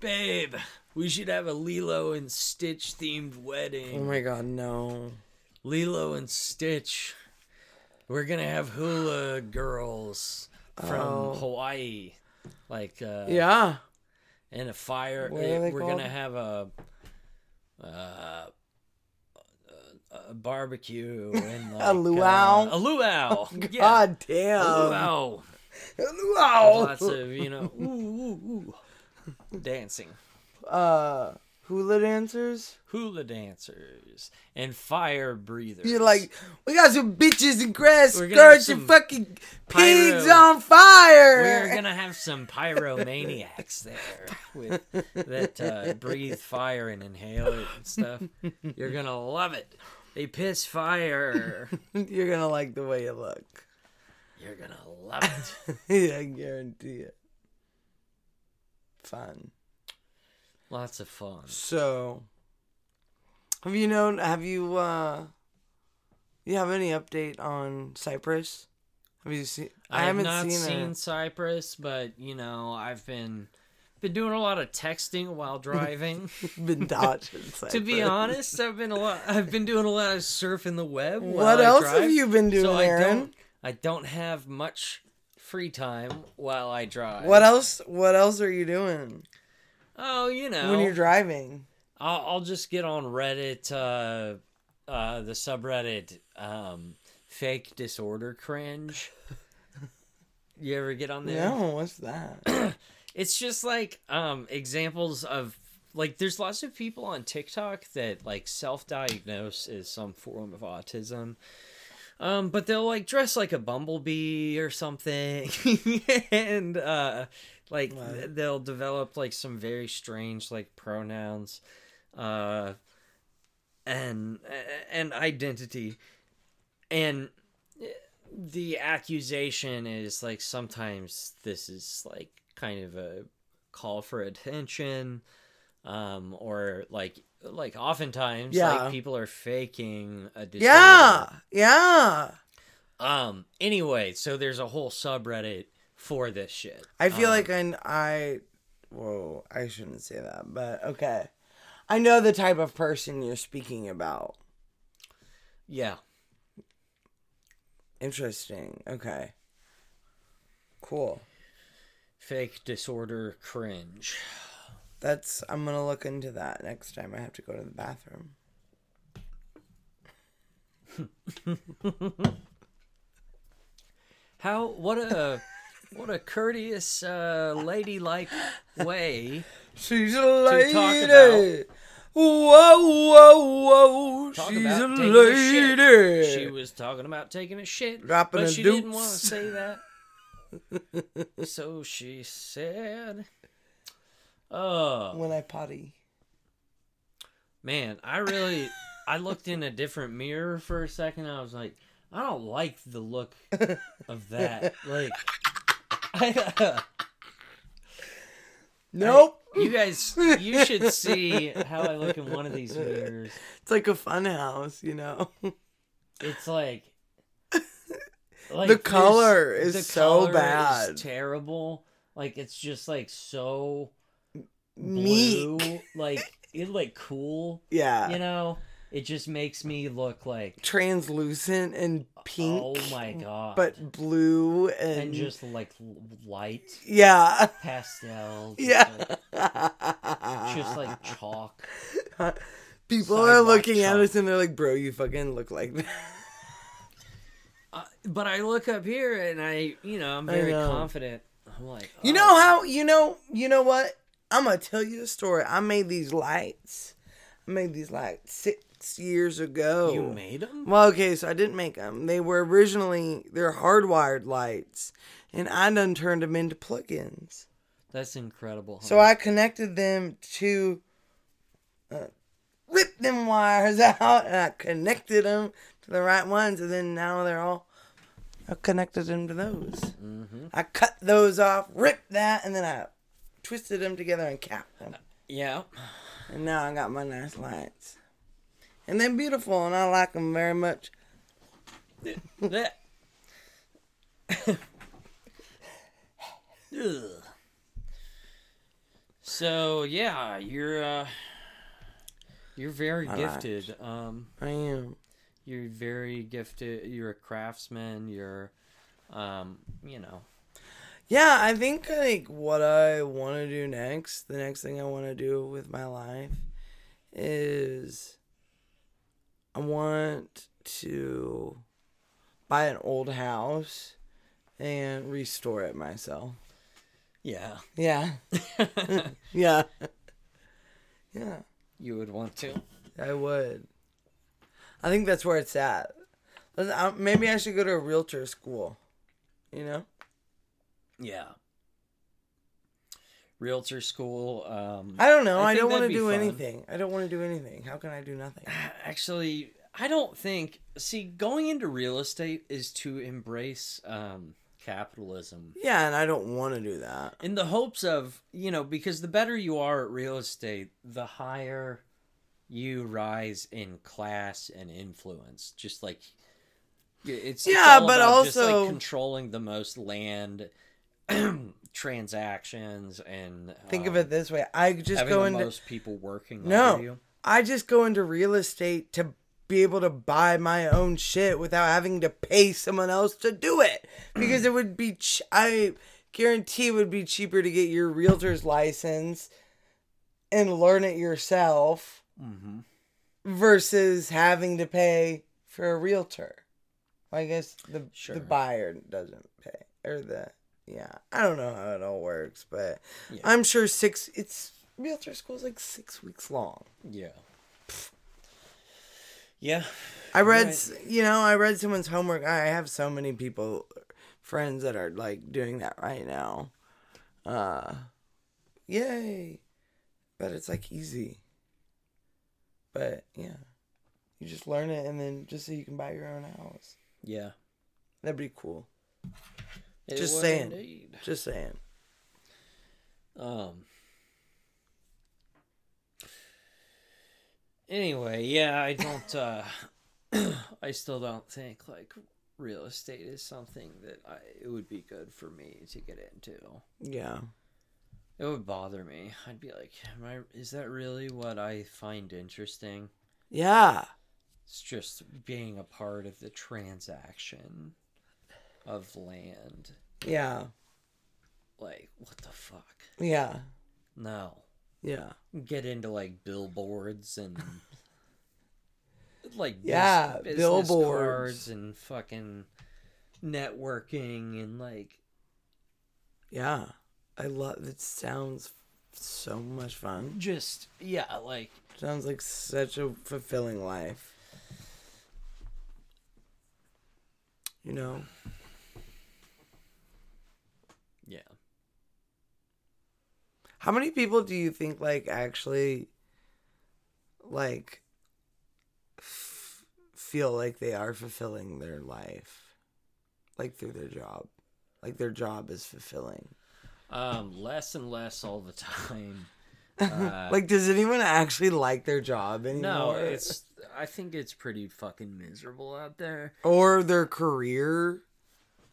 Speaker 1: Babe, we should have a Lilo and Stitch themed
Speaker 2: Oh
Speaker 1: wedding.
Speaker 2: my god, no.
Speaker 1: Lilo and Stitch. We're going to have hula girls from
Speaker 2: Oh.
Speaker 1: Hawaii. Like uh
Speaker 2: Yeah.
Speaker 1: and a fire
Speaker 2: What are they
Speaker 1: we're
Speaker 2: called?
Speaker 1: going to have a uh a barbecue and like, uh,
Speaker 2: luau? Oh,
Speaker 1: a luau. Yeah.
Speaker 2: God Oh. damn.
Speaker 1: a luau.
Speaker 2: Luau.
Speaker 1: lots of you know ooh, ooh, ooh, dancing
Speaker 2: uh, hula dancers.
Speaker 1: hula dancers and fire breathers
Speaker 2: You're like, we got some bitches in grass
Speaker 1: We're gonna
Speaker 2: skirts
Speaker 1: have some
Speaker 2: and fucking pigs
Speaker 1: pyro.
Speaker 2: on fire.
Speaker 1: we're gonna have some pyromaniacs there with that uh, breathe fire and inhale it and stuff you're gonna love it they piss fire
Speaker 2: You're gonna like the way you look.
Speaker 1: you're gonna love it
Speaker 2: I guarantee it. Fun.
Speaker 1: lots of fun
Speaker 2: So, have you known? Have you? uh You have any update on Cyprus? Have you seen?
Speaker 1: I, have
Speaker 2: haven't
Speaker 1: not seen,
Speaker 2: seen, her.
Speaker 1: cyprus but you know i've been been doing a lot of texting while driving
Speaker 2: Been dodging. Cyprus.
Speaker 1: to be honest, I've been a lot. I've been doing a lot of surfing the web. while
Speaker 2: what
Speaker 1: I
Speaker 2: else have
Speaker 1: drive,
Speaker 2: you been doing,
Speaker 1: so I
Speaker 2: Aaron?
Speaker 1: don't. I don't have much free time while I drive.
Speaker 2: What else? What else are you doing
Speaker 1: Oh, you know,
Speaker 2: when you're driving?
Speaker 1: I'll, I'll just get on Reddit, uh, uh, the subreddit, um, fake disorder cringe. You ever get on there?
Speaker 2: No, what's that?
Speaker 1: it's just like um examples of like there's lots of people on TikTok that like self-diagnose as some form of autism. Um but they'll like dress like a bumblebee or something and uh like th-
Speaker 2: Right.
Speaker 1: they'll develop like some very strange like pronouns uh and and identity and eh, the accusation is like sometimes this is like kind of a call for attention um or like like oftentimes
Speaker 2: Yeah.
Speaker 1: like people are faking a disorder.
Speaker 2: yeah, yeah.
Speaker 1: um anyway so there's a whole subreddit for this shit
Speaker 2: I feel
Speaker 1: Um,
Speaker 2: like I, I, whoa, I shouldn't say that, but okay. I know the type of person you're speaking about.
Speaker 1: yeah
Speaker 2: Interesting. Okay. Cool.
Speaker 1: fake disorder cringe
Speaker 2: That's, I'm going to look into that next time I have to go to the bathroom.
Speaker 1: how what a what a courteous uh ladylike way
Speaker 2: She's a
Speaker 1: To
Speaker 2: lady.
Speaker 1: talk
Speaker 2: Whoa, whoa, whoa.
Speaker 1: talk
Speaker 2: She's a
Speaker 1: about taking
Speaker 2: lady.
Speaker 1: a shit. She was talking about taking a shit,
Speaker 2: Dropping
Speaker 1: but
Speaker 2: a
Speaker 1: she didn't
Speaker 2: dukes.
Speaker 1: want to say that. so she said, "Oh
Speaker 2: when I potty.
Speaker 1: man, I really, I looked in a different mirror for a second. I was like, I don't like the look of that. Like, I,
Speaker 2: Nope.
Speaker 1: You guys, you should see how I look in one of these mirrors.
Speaker 2: It's like a fun house, you know.
Speaker 1: It's like, like
Speaker 2: The
Speaker 1: this-
Speaker 2: color is so
Speaker 1: color is
Speaker 2: bad.
Speaker 1: terrible. Like it's just like so blue.
Speaker 2: Meek.
Speaker 1: Like it like cool.
Speaker 2: Yeah.
Speaker 1: You know, it just makes me look like
Speaker 2: Translucent and pink.
Speaker 1: Oh my god!
Speaker 2: But blue and,
Speaker 1: and just like l- light
Speaker 2: yeah.
Speaker 1: pastels. and,
Speaker 2: Yeah.
Speaker 1: like, just like chalk.
Speaker 2: People are
Speaker 1: sidewalk
Speaker 2: looking at
Speaker 1: chalk.
Speaker 2: us and they're like, "Bro, you fucking look like that."
Speaker 1: Uh, but I look up here and I, you know, I'm very
Speaker 2: know.
Speaker 1: confident. I'm like,
Speaker 2: You
Speaker 1: oh,
Speaker 2: know how you know you know what? I'm gonna tell you a story. I made these lights. I made these lights six years ago.
Speaker 1: oh, you made them.
Speaker 2: Well, okay, so I didn't make them. They were originally they're hardwired lights, and I done turned them into plugins.
Speaker 1: That's incredible.
Speaker 2: So I connected them to, uh, ripped them wires out, and I connected them to the right ones, and then now they're all. I connected them to those.
Speaker 1: Mhm.
Speaker 2: I cut those off, ripped that, and then I twisted them together and capped them.
Speaker 1: yeah,
Speaker 2: And now I got my nice lights. And they're beautiful, and I like them very much.
Speaker 1: that. Ugh. So yeah, you're uh, you're very
Speaker 2: I lied.
Speaker 1: gifted. Um,
Speaker 2: I am.
Speaker 1: you're very gifted. You're a craftsman. You're, um, you know,
Speaker 2: Yeah, I think like what I want to do next, the next thing I want to do with my life is I want to buy an old house and restore it myself.
Speaker 1: yeah,
Speaker 2: Yeah. Yeah. yeah.
Speaker 1: you would want to.
Speaker 2: I would. I think that's where it's at. Let's- I- Maybe I should go to a realtor school. You know?
Speaker 1: Yeah. Realtor school. Um,
Speaker 2: I don't know.
Speaker 1: I
Speaker 2: I,
Speaker 1: think
Speaker 2: don't
Speaker 1: that'd
Speaker 2: want to
Speaker 1: be
Speaker 2: do
Speaker 1: fun.
Speaker 2: anything. I don't want to do anything. How can I do nothing?
Speaker 1: actually, I don't think. See, going into real estate is to embrace um, capitalism
Speaker 2: Yeah, and I don't want to do that.
Speaker 1: in the hopes of you know because the better you are at real estate, the higher you rise in class and influence. Just like y- it's it's
Speaker 2: Yeah,
Speaker 1: all
Speaker 2: but
Speaker 1: about just,
Speaker 2: also-
Speaker 1: like controlling the most land transactions and
Speaker 2: Think of
Speaker 1: um,
Speaker 2: it this way: I just
Speaker 1: having
Speaker 2: go
Speaker 1: the
Speaker 2: into
Speaker 1: most people working
Speaker 2: No.
Speaker 1: under you.
Speaker 2: I just go into real estate to be able to buy my own shit without having to pay someone else to do it because it would be ch- I guarantee it would be cheaper to get your realtor's license and learn it yourself
Speaker 1: Mm-hmm.
Speaker 2: versus having to pay for a realtor. Well, I guess the
Speaker 1: Sure.
Speaker 2: the buyer doesn't pay or the yeah. I don't know how it all works, but
Speaker 1: Yeah.
Speaker 2: I'm sure six. It's realtor school's like six weeks long.
Speaker 1: Yeah. Yeah.
Speaker 2: I read,
Speaker 1: Right.
Speaker 2: s you know, I read someone's homework. I have so many people, friends that are like doing that right now. Uh, yay! But it's like easy. But yeah, you just learn it, and then just so you can buy your own house.
Speaker 1: Yeah.
Speaker 2: That'd be cool.
Speaker 1: It
Speaker 2: Just
Speaker 1: would
Speaker 2: saying.
Speaker 1: indeed.
Speaker 2: Just saying.
Speaker 1: Um. Anyway, yeah, I don't. uh I still don't think like real estate is something that I it would be good for me to get into.
Speaker 2: Yeah.
Speaker 1: It would bother me. I'd be like, am I? Is that really what I find interesting?
Speaker 2: Yeah.
Speaker 1: It's just being a part of the transaction of land.
Speaker 2: Yeah.
Speaker 1: Like, what the fuck?
Speaker 2: Yeah.
Speaker 1: No.
Speaker 2: Yeah.
Speaker 1: get into like billboards and like bus-
Speaker 2: Yeah,
Speaker 1: business
Speaker 2: billboards.
Speaker 1: cards and fucking networking and like
Speaker 2: Yeah. I love. It sounds so much fun.
Speaker 1: just yeah like
Speaker 2: Sounds like such a fulfilling life. You know,
Speaker 1: yeah
Speaker 2: how many people do you think like actually like f- feel like they are fulfilling their life like through their job? Like their job is fulfilling.
Speaker 1: Um, less and less all the time. Uh,
Speaker 2: Like, does anyone actually like their job
Speaker 1: no,
Speaker 2: anymore?
Speaker 1: it's. I think it's pretty fucking miserable out there.
Speaker 2: or their career.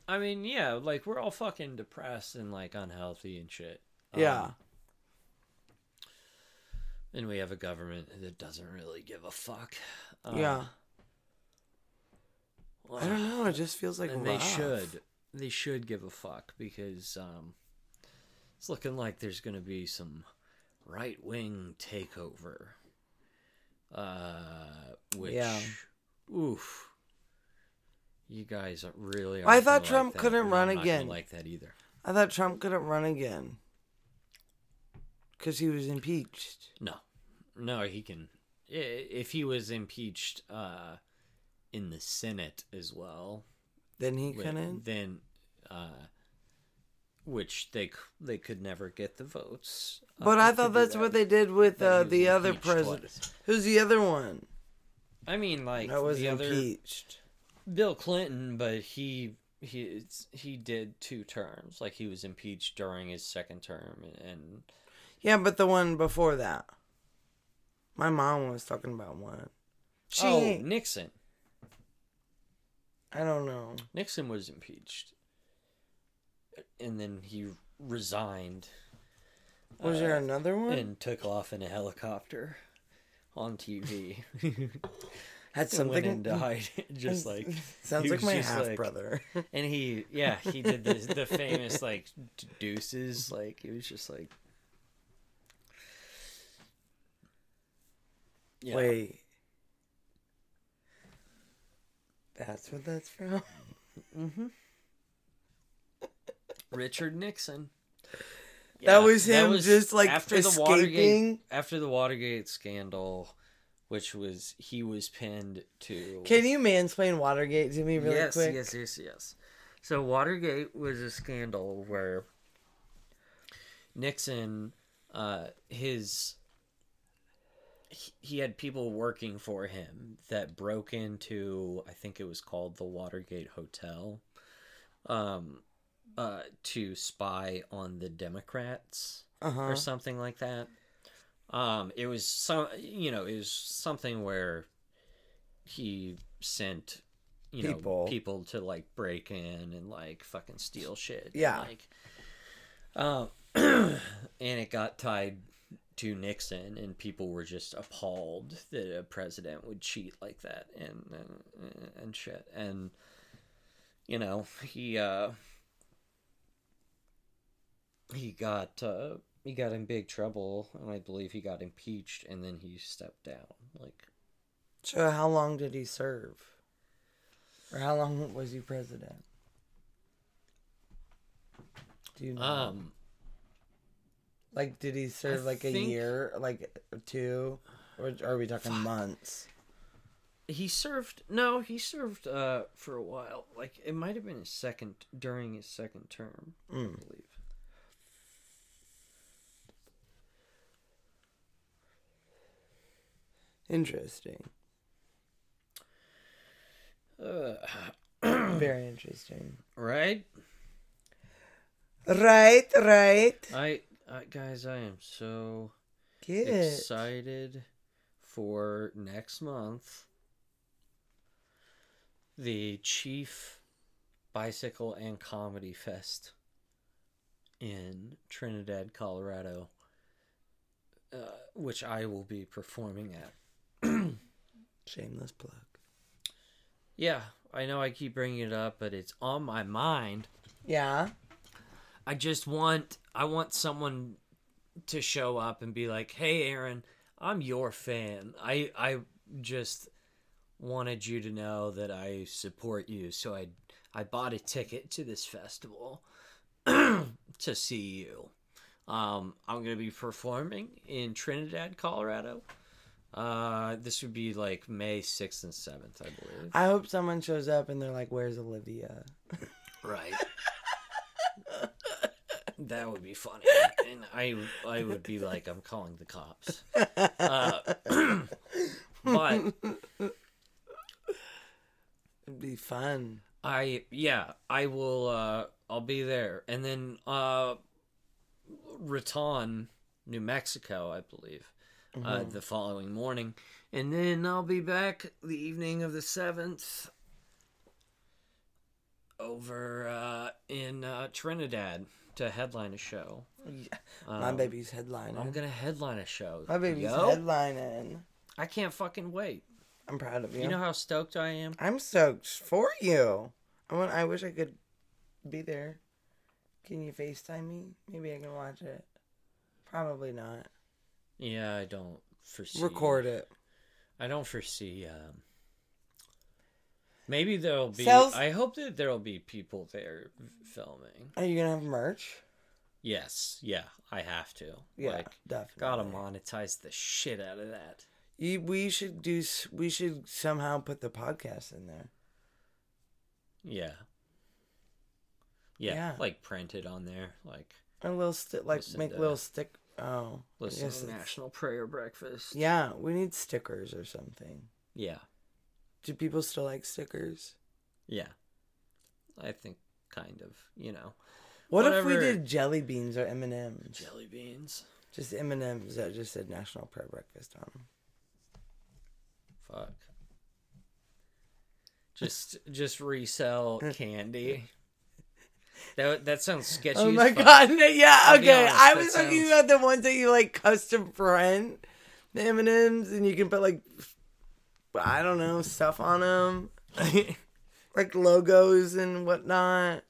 Speaker 1: I mean, yeah, like we're all fucking depressed and like unhealthy and shit. Um,
Speaker 2: yeah.
Speaker 1: And we have a government that doesn't really give a fuck. Uh,
Speaker 2: yeah.
Speaker 1: well,
Speaker 2: I don't know. It just feels like
Speaker 1: and they
Speaker 2: rough.
Speaker 1: should. They should give a fuck because um, it's looking like there's going to be some right wing takeover. Uh, which,
Speaker 2: Yeah.
Speaker 1: oof. You guys are really.
Speaker 2: Well, I
Speaker 1: aren't gonna like
Speaker 2: thought Trump
Speaker 1: that,
Speaker 2: couldn't
Speaker 1: and I'm
Speaker 2: run
Speaker 1: not gonna
Speaker 2: again.
Speaker 1: Like that either.
Speaker 2: I thought Trump couldn't run again because he was impeached.
Speaker 1: No, no, he can. i- If he was impeached uh, in the Senate as well,
Speaker 2: Then he
Speaker 1: wi-
Speaker 2: couldn't.
Speaker 1: then, uh, which they c- they could never get the votes. uh,
Speaker 2: But I
Speaker 1: to
Speaker 2: thought
Speaker 1: do
Speaker 2: that's
Speaker 1: that,
Speaker 2: what they did with
Speaker 1: that he
Speaker 2: uh,
Speaker 1: was
Speaker 2: the other
Speaker 1: impeached was.
Speaker 2: president. Who's the other one
Speaker 1: I mean, like
Speaker 2: that was
Speaker 1: the other
Speaker 2: impeached?
Speaker 1: Bill Clinton, but he he it's- he did two terms. Like he was impeached during his second term, and
Speaker 2: Yeah, but the one before that. My mom was talking about one. She,
Speaker 1: oh Nixon.
Speaker 2: I don't know.
Speaker 1: Nixon was impeached, and then he resigned.
Speaker 2: Was
Speaker 1: uh,
Speaker 2: there another one?
Speaker 1: and took off in a helicopter on TV.
Speaker 2: Had
Speaker 1: and
Speaker 2: something
Speaker 1: went and died, just like
Speaker 2: sounds
Speaker 1: he
Speaker 2: like
Speaker 1: was
Speaker 2: my
Speaker 1: just like-
Speaker 2: half brother.
Speaker 1: and he yeah he did the the famous like d- deuces like it was just like yeah
Speaker 2: Wait. That's what that's from.
Speaker 1: Richard Nixon.
Speaker 2: That was him just, like,
Speaker 1: Watergate
Speaker 2: escaping?
Speaker 1: after the Watergate scandal, which was he was pinned to
Speaker 2: Can you mansplain Watergate to me really
Speaker 1: yes,
Speaker 2: quick?
Speaker 1: Yes, yes, yes. So Watergate was a scandal where Nixon, uh, his he- he had people working for him that broke into I think it was called the Watergate Hotel, um, uh, to spy on the Democrats
Speaker 2: Uh-huh.
Speaker 1: or something like that. Um, it was some, you know, it was something where he sent, you know,
Speaker 2: People.
Speaker 1: people to like break in and like fucking steal shit. and,
Speaker 2: Yeah.
Speaker 1: like, um, and it got tied to Nixon, and people were just appalled that a president would cheat like that and and, and shit. And you know, he uh, he got uh, he got in big trouble, and I believe he got impeached, and then he stepped down. Like
Speaker 2: So how long did he serve? Or how long was he president? Do you know?
Speaker 1: um.
Speaker 2: like, did he serve
Speaker 1: I
Speaker 2: like a
Speaker 1: think-
Speaker 2: year, like two, or are we talking months?
Speaker 1: he served no he served uh for a while like it might have been his second during his second term i
Speaker 2: Mm.
Speaker 1: believe
Speaker 2: Interesting.
Speaker 1: uh,
Speaker 2: Very interesting.
Speaker 1: right
Speaker 2: Right, right.
Speaker 1: i uh, guys i am so
Speaker 2: Get it.
Speaker 1: uh, excited for next month the chief bicycle and comedy fest in trinidad colorado uh, which i will be performing at
Speaker 2: Shameless plug.
Speaker 1: Yeah, I know I keep bringing it up, but it's on my mind.
Speaker 2: Yeah.
Speaker 1: I just want I want someone to show up and be like, "Hey Aaron, I'm your fan. I I just wanted you to know that I support you, so I I bought a ticket to this festival to see you. Um, I'm gonna be performing in Trinidad, Colorado. Uh, this would be like May sixth and seventh, I believe.
Speaker 2: I hope someone shows up and they're like, "Where's Olivia?"
Speaker 1: Right. that would be funny, and I I would be like, I'm calling the cops. Uh, but
Speaker 2: It'd be fun.
Speaker 1: I yeah, I will. Uh, I'll be there, and then uh, Raton, New Mexico, I believe, uh, the following morning. And then I'll be back the evening of the 7th over uh, in uh, Trinidad to headline a show.
Speaker 2: Yeah. My
Speaker 1: Um,
Speaker 2: baby's headlining.
Speaker 1: I'm going to headline a show.
Speaker 2: My baby's
Speaker 1: yo.
Speaker 2: headlining.
Speaker 1: I can't fucking wait.
Speaker 2: I'm proud of you.
Speaker 1: You know how stoked I am?
Speaker 2: I'm stoked for you. I want. I wish I could be there. Can you Facetime me? Maybe I can watch it. Probably not.
Speaker 1: Yeah, I don't foresee.
Speaker 2: Record it.
Speaker 1: I don't foresee. Um, maybe there'll be.
Speaker 2: Sales-
Speaker 1: I hope that there'll be people there filming.
Speaker 2: Are you gonna have merch?
Speaker 1: Yes. Yeah. I have to.
Speaker 2: Yeah,
Speaker 1: Like,
Speaker 2: definitely.
Speaker 1: gotta monetize the shit out of that.
Speaker 2: You, we should do. s- We should somehow put the podcast in there.
Speaker 1: Yeah. Yeah.
Speaker 2: Yeah.
Speaker 1: Like printed on there. Like
Speaker 2: A little stick, like
Speaker 1: Listen
Speaker 2: make
Speaker 1: to-
Speaker 2: little stick. Oh, I
Speaker 1: listen
Speaker 2: guess
Speaker 1: to
Speaker 2: it's-
Speaker 1: National Prayer Breakfast.
Speaker 2: Yeah, we need stickers or something.
Speaker 1: Yeah.
Speaker 2: Do people still like stickers?
Speaker 1: Yeah. I think kind of. You know,
Speaker 2: What if
Speaker 1: Whatever.
Speaker 2: we did jelly beans or M and M's?
Speaker 1: jelly beans.
Speaker 2: Just M and M's that just said National Prayer Breakfast on 'em.
Speaker 1: Fuck. Just just resell candy. That that sounds sketchy.
Speaker 2: Oh
Speaker 1: as
Speaker 2: my
Speaker 1: fuck.
Speaker 2: god! no, yeah,
Speaker 1: I'll be
Speaker 2: okay.
Speaker 1: honest,
Speaker 2: I
Speaker 1: that
Speaker 2: was talking
Speaker 1: sounds-
Speaker 2: about the ones that you like custom print, the M and M's, and you can put like, I don't know, stuff on them, like logos and whatnot.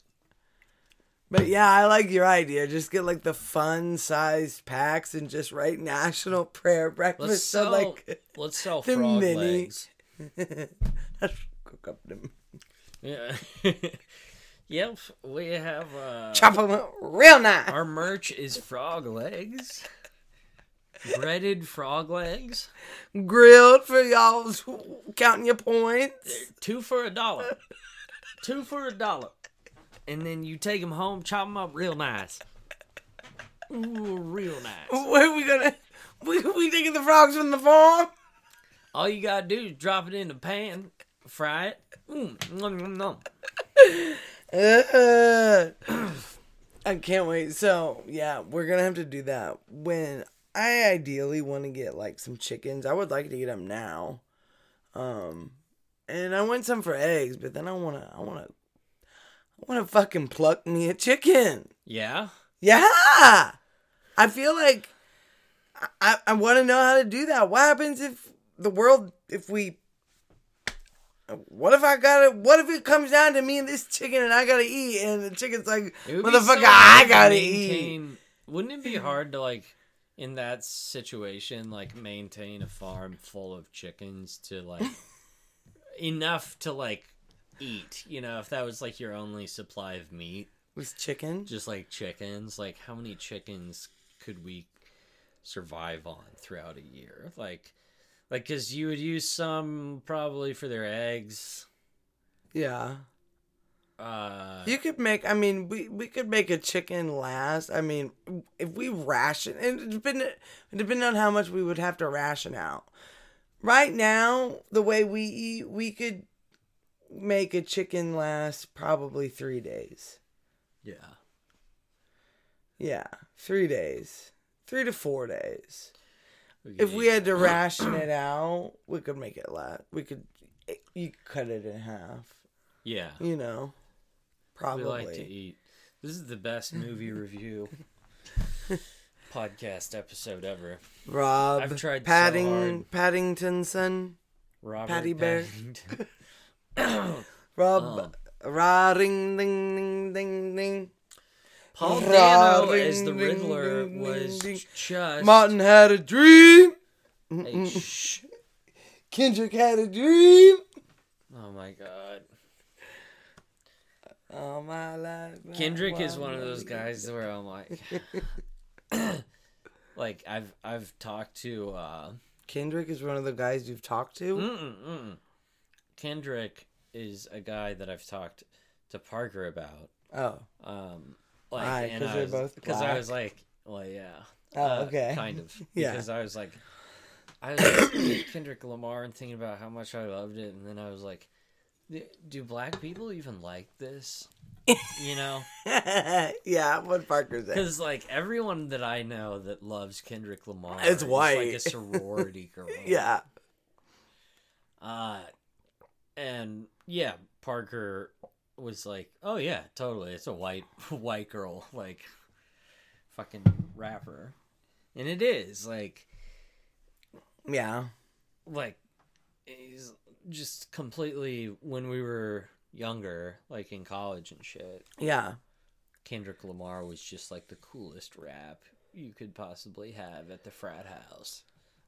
Speaker 2: But yeah, I like your idea. Just get like the fun sized packs and just write National Prayer Breakfast.
Speaker 1: Let's
Speaker 2: so
Speaker 1: sell
Speaker 2: like,
Speaker 1: let's sell
Speaker 2: the
Speaker 1: frog
Speaker 2: mini-
Speaker 1: legs.
Speaker 2: Let's cook up them,
Speaker 1: Yeah. yep, we have uh
Speaker 2: chop them up real nice.
Speaker 1: our merch is frog legs. Breaded frog legs.
Speaker 2: grilled for y'all counting your points.
Speaker 1: Two for a dollar. Two for a dollar. And then you take them home, chop them up real nice. Ooh, real nice.
Speaker 2: Where are we gonna? We we taking the frogs from the farm?
Speaker 1: All you gotta do is drop it in the pan, fry it. Mm, nom, nom, nom.
Speaker 2: Ugh. I can't wait. So yeah, we're gonna have to do that when I ideally want to get like some chickens. I would like to get them now. Um, and I want some for eggs, but then I wanna I wanna I wanna fucking pluck me a chicken.
Speaker 1: Yeah,
Speaker 2: Yeah. I feel like I- I, I want to know how to do that. What happens if the world, if we, what if I gotta, what if it comes down to me and this chicken and I gotta eat and the chicken's like,
Speaker 1: It would be
Speaker 2: motherfucker,
Speaker 1: so hard
Speaker 2: I
Speaker 1: to
Speaker 2: gotta eat.
Speaker 1: maintain- Wouldn't it be hard to like, in that situation, like maintain a farm full of chickens to like enough to like eat? You know, if that was like your only supply of meat,
Speaker 2: Was chicken?
Speaker 1: just like chickens. Like, how many chickens could we survive on throughout a year? Like, like because you would use some probably for their eggs.
Speaker 2: Yeah.
Speaker 1: Uh,
Speaker 2: You could make, I mean, we, we could make a chicken last. I mean, if we ration, and depending, depending on how much we would have to ration out. Right now, the way we eat, we could make a chicken last probably three days.
Speaker 1: yeah.
Speaker 2: Yeah, three days. Three to four days.
Speaker 1: We could
Speaker 2: If we
Speaker 1: eat-
Speaker 2: had to ration it out, we could make it last. We could, you could cut it in half,
Speaker 1: yeah,
Speaker 2: you know,
Speaker 1: we
Speaker 2: probably.
Speaker 1: like to eat. This is the best movie review podcast episode ever.
Speaker 2: Rob
Speaker 1: I've tried so
Speaker 2: Padding
Speaker 1: hard.
Speaker 2: Paddington son.
Speaker 1: Robert
Speaker 2: Patty Bear.
Speaker 1: Paddington. Oh.
Speaker 2: Rob ra ring ding ding ding ding.
Speaker 1: Paul
Speaker 2: Ra-
Speaker 1: Dano as the
Speaker 2: ding, ding,
Speaker 1: Riddler
Speaker 2: ding,
Speaker 1: was
Speaker 2: ding, ding.
Speaker 1: just
Speaker 2: Martin had a dream.
Speaker 1: a sh-
Speaker 2: Kendrick had a dream.
Speaker 1: oh my god.
Speaker 2: All my life. I
Speaker 1: Kendrick is
Speaker 2: wanted
Speaker 1: one of those
Speaker 2: to-
Speaker 1: guys where I'm like, like I've I've talked to uh,
Speaker 2: Kendrick is one of the guys you've talked to.
Speaker 1: mm-mm, mm. Kendrick is a guy that I've talked to Parker about.
Speaker 2: Oh,
Speaker 1: Um, like,
Speaker 2: Why?
Speaker 1: and
Speaker 2: 'Cause
Speaker 1: I
Speaker 2: they're
Speaker 1: was-
Speaker 2: both
Speaker 1: I
Speaker 2: black?
Speaker 1: was like, well, yeah,
Speaker 2: oh,
Speaker 1: Uh,
Speaker 2: okay.
Speaker 1: kind of,
Speaker 2: Yeah.
Speaker 1: because I was like, I was like, Kendrick Lamar and thinking about how much I loved it, and then I was like, do black people even like this? You know,
Speaker 2: yeah, what Parker's in.
Speaker 1: because like everyone that I know that loves Kendrick Lamar
Speaker 2: It's
Speaker 1: is like
Speaker 2: white.
Speaker 1: a sorority girl.
Speaker 2: Yeah.
Speaker 1: Uh, and yeah, Parker was like, "Oh yeah, totally. It's a white white girl like fucking rapper," and it is like
Speaker 2: Yeah.
Speaker 1: like he's just completely when we were younger, like in college and shit.
Speaker 2: Yeah.
Speaker 1: Kendrick Lamar was just like the coolest rap you could possibly have at the frat house.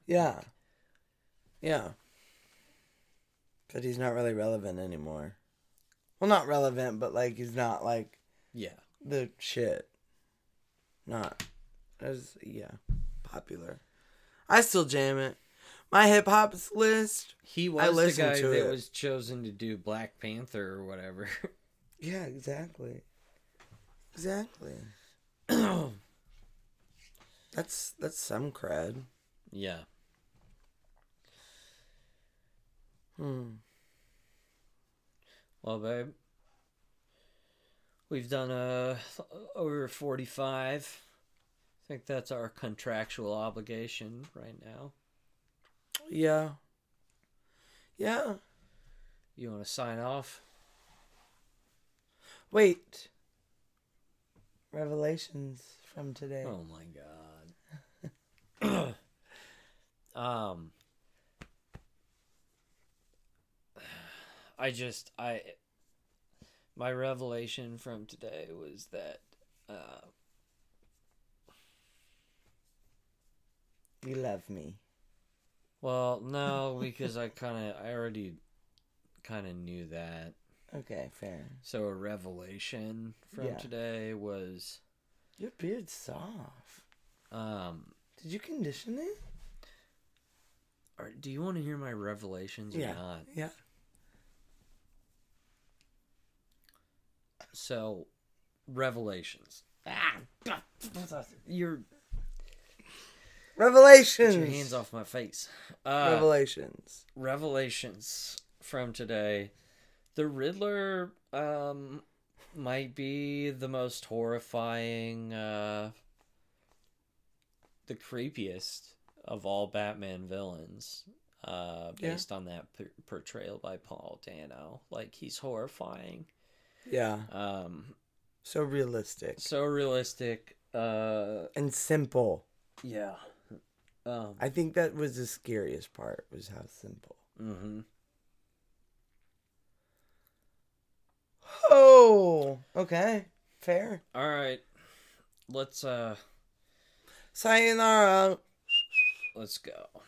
Speaker 2: Yeah. Yeah. But he's not really relevant anymore. Well, not relevant, but like he's not like
Speaker 1: Yeah.
Speaker 2: the shit. Not as yeah, popular. I still jam it. My hip hop's list.
Speaker 1: He
Speaker 2: I
Speaker 1: was the
Speaker 2: listened
Speaker 1: guy
Speaker 2: to
Speaker 1: that
Speaker 2: it.
Speaker 1: was chosen to do Black Panther or whatever.
Speaker 2: Yeah, exactly. Exactly. That's that's some cred.
Speaker 1: yeah.
Speaker 2: Hmm.
Speaker 1: Well, babe, we've done uh, over 45. I think that's our contractual obligation right now.
Speaker 2: Yeah. Yeah.
Speaker 1: You want to sign off?
Speaker 2: Wait. Revelations from today.
Speaker 1: Oh my god. um I just I my revelation from today was that uh
Speaker 2: You love me.
Speaker 1: well, no, because I kind of I already kind of knew that.
Speaker 2: Okay, fair.
Speaker 1: So a revelation from
Speaker 2: Yeah.
Speaker 1: today was
Speaker 2: Your beard's soft.
Speaker 1: um
Speaker 2: Did you condition it?
Speaker 1: are, do you want to hear my revelations
Speaker 2: Yeah.
Speaker 1: or not?
Speaker 2: Yeah.
Speaker 1: So revelations.
Speaker 2: Ah,
Speaker 1: You're
Speaker 2: Revelations.
Speaker 1: Get your hands off my face. Uh,
Speaker 2: Revelations.
Speaker 1: revelations from today. The Riddler um, might be the most horrifying, uh, the creepiest of all Batman villains. Uh,
Speaker 2: Yeah.
Speaker 1: based on that p- portrayal by Paul Dano, like he's horrifying.
Speaker 2: Yeah.
Speaker 1: Um,
Speaker 2: So realistic
Speaker 1: so realistic. Uh,
Speaker 2: and simple.
Speaker 1: yeah. Um,
Speaker 2: I think that was the scariest part was how simple.
Speaker 1: mhm.
Speaker 2: Oh, okay. Fair.
Speaker 1: All right, let's uh,
Speaker 2: Sayonara.
Speaker 1: let's go.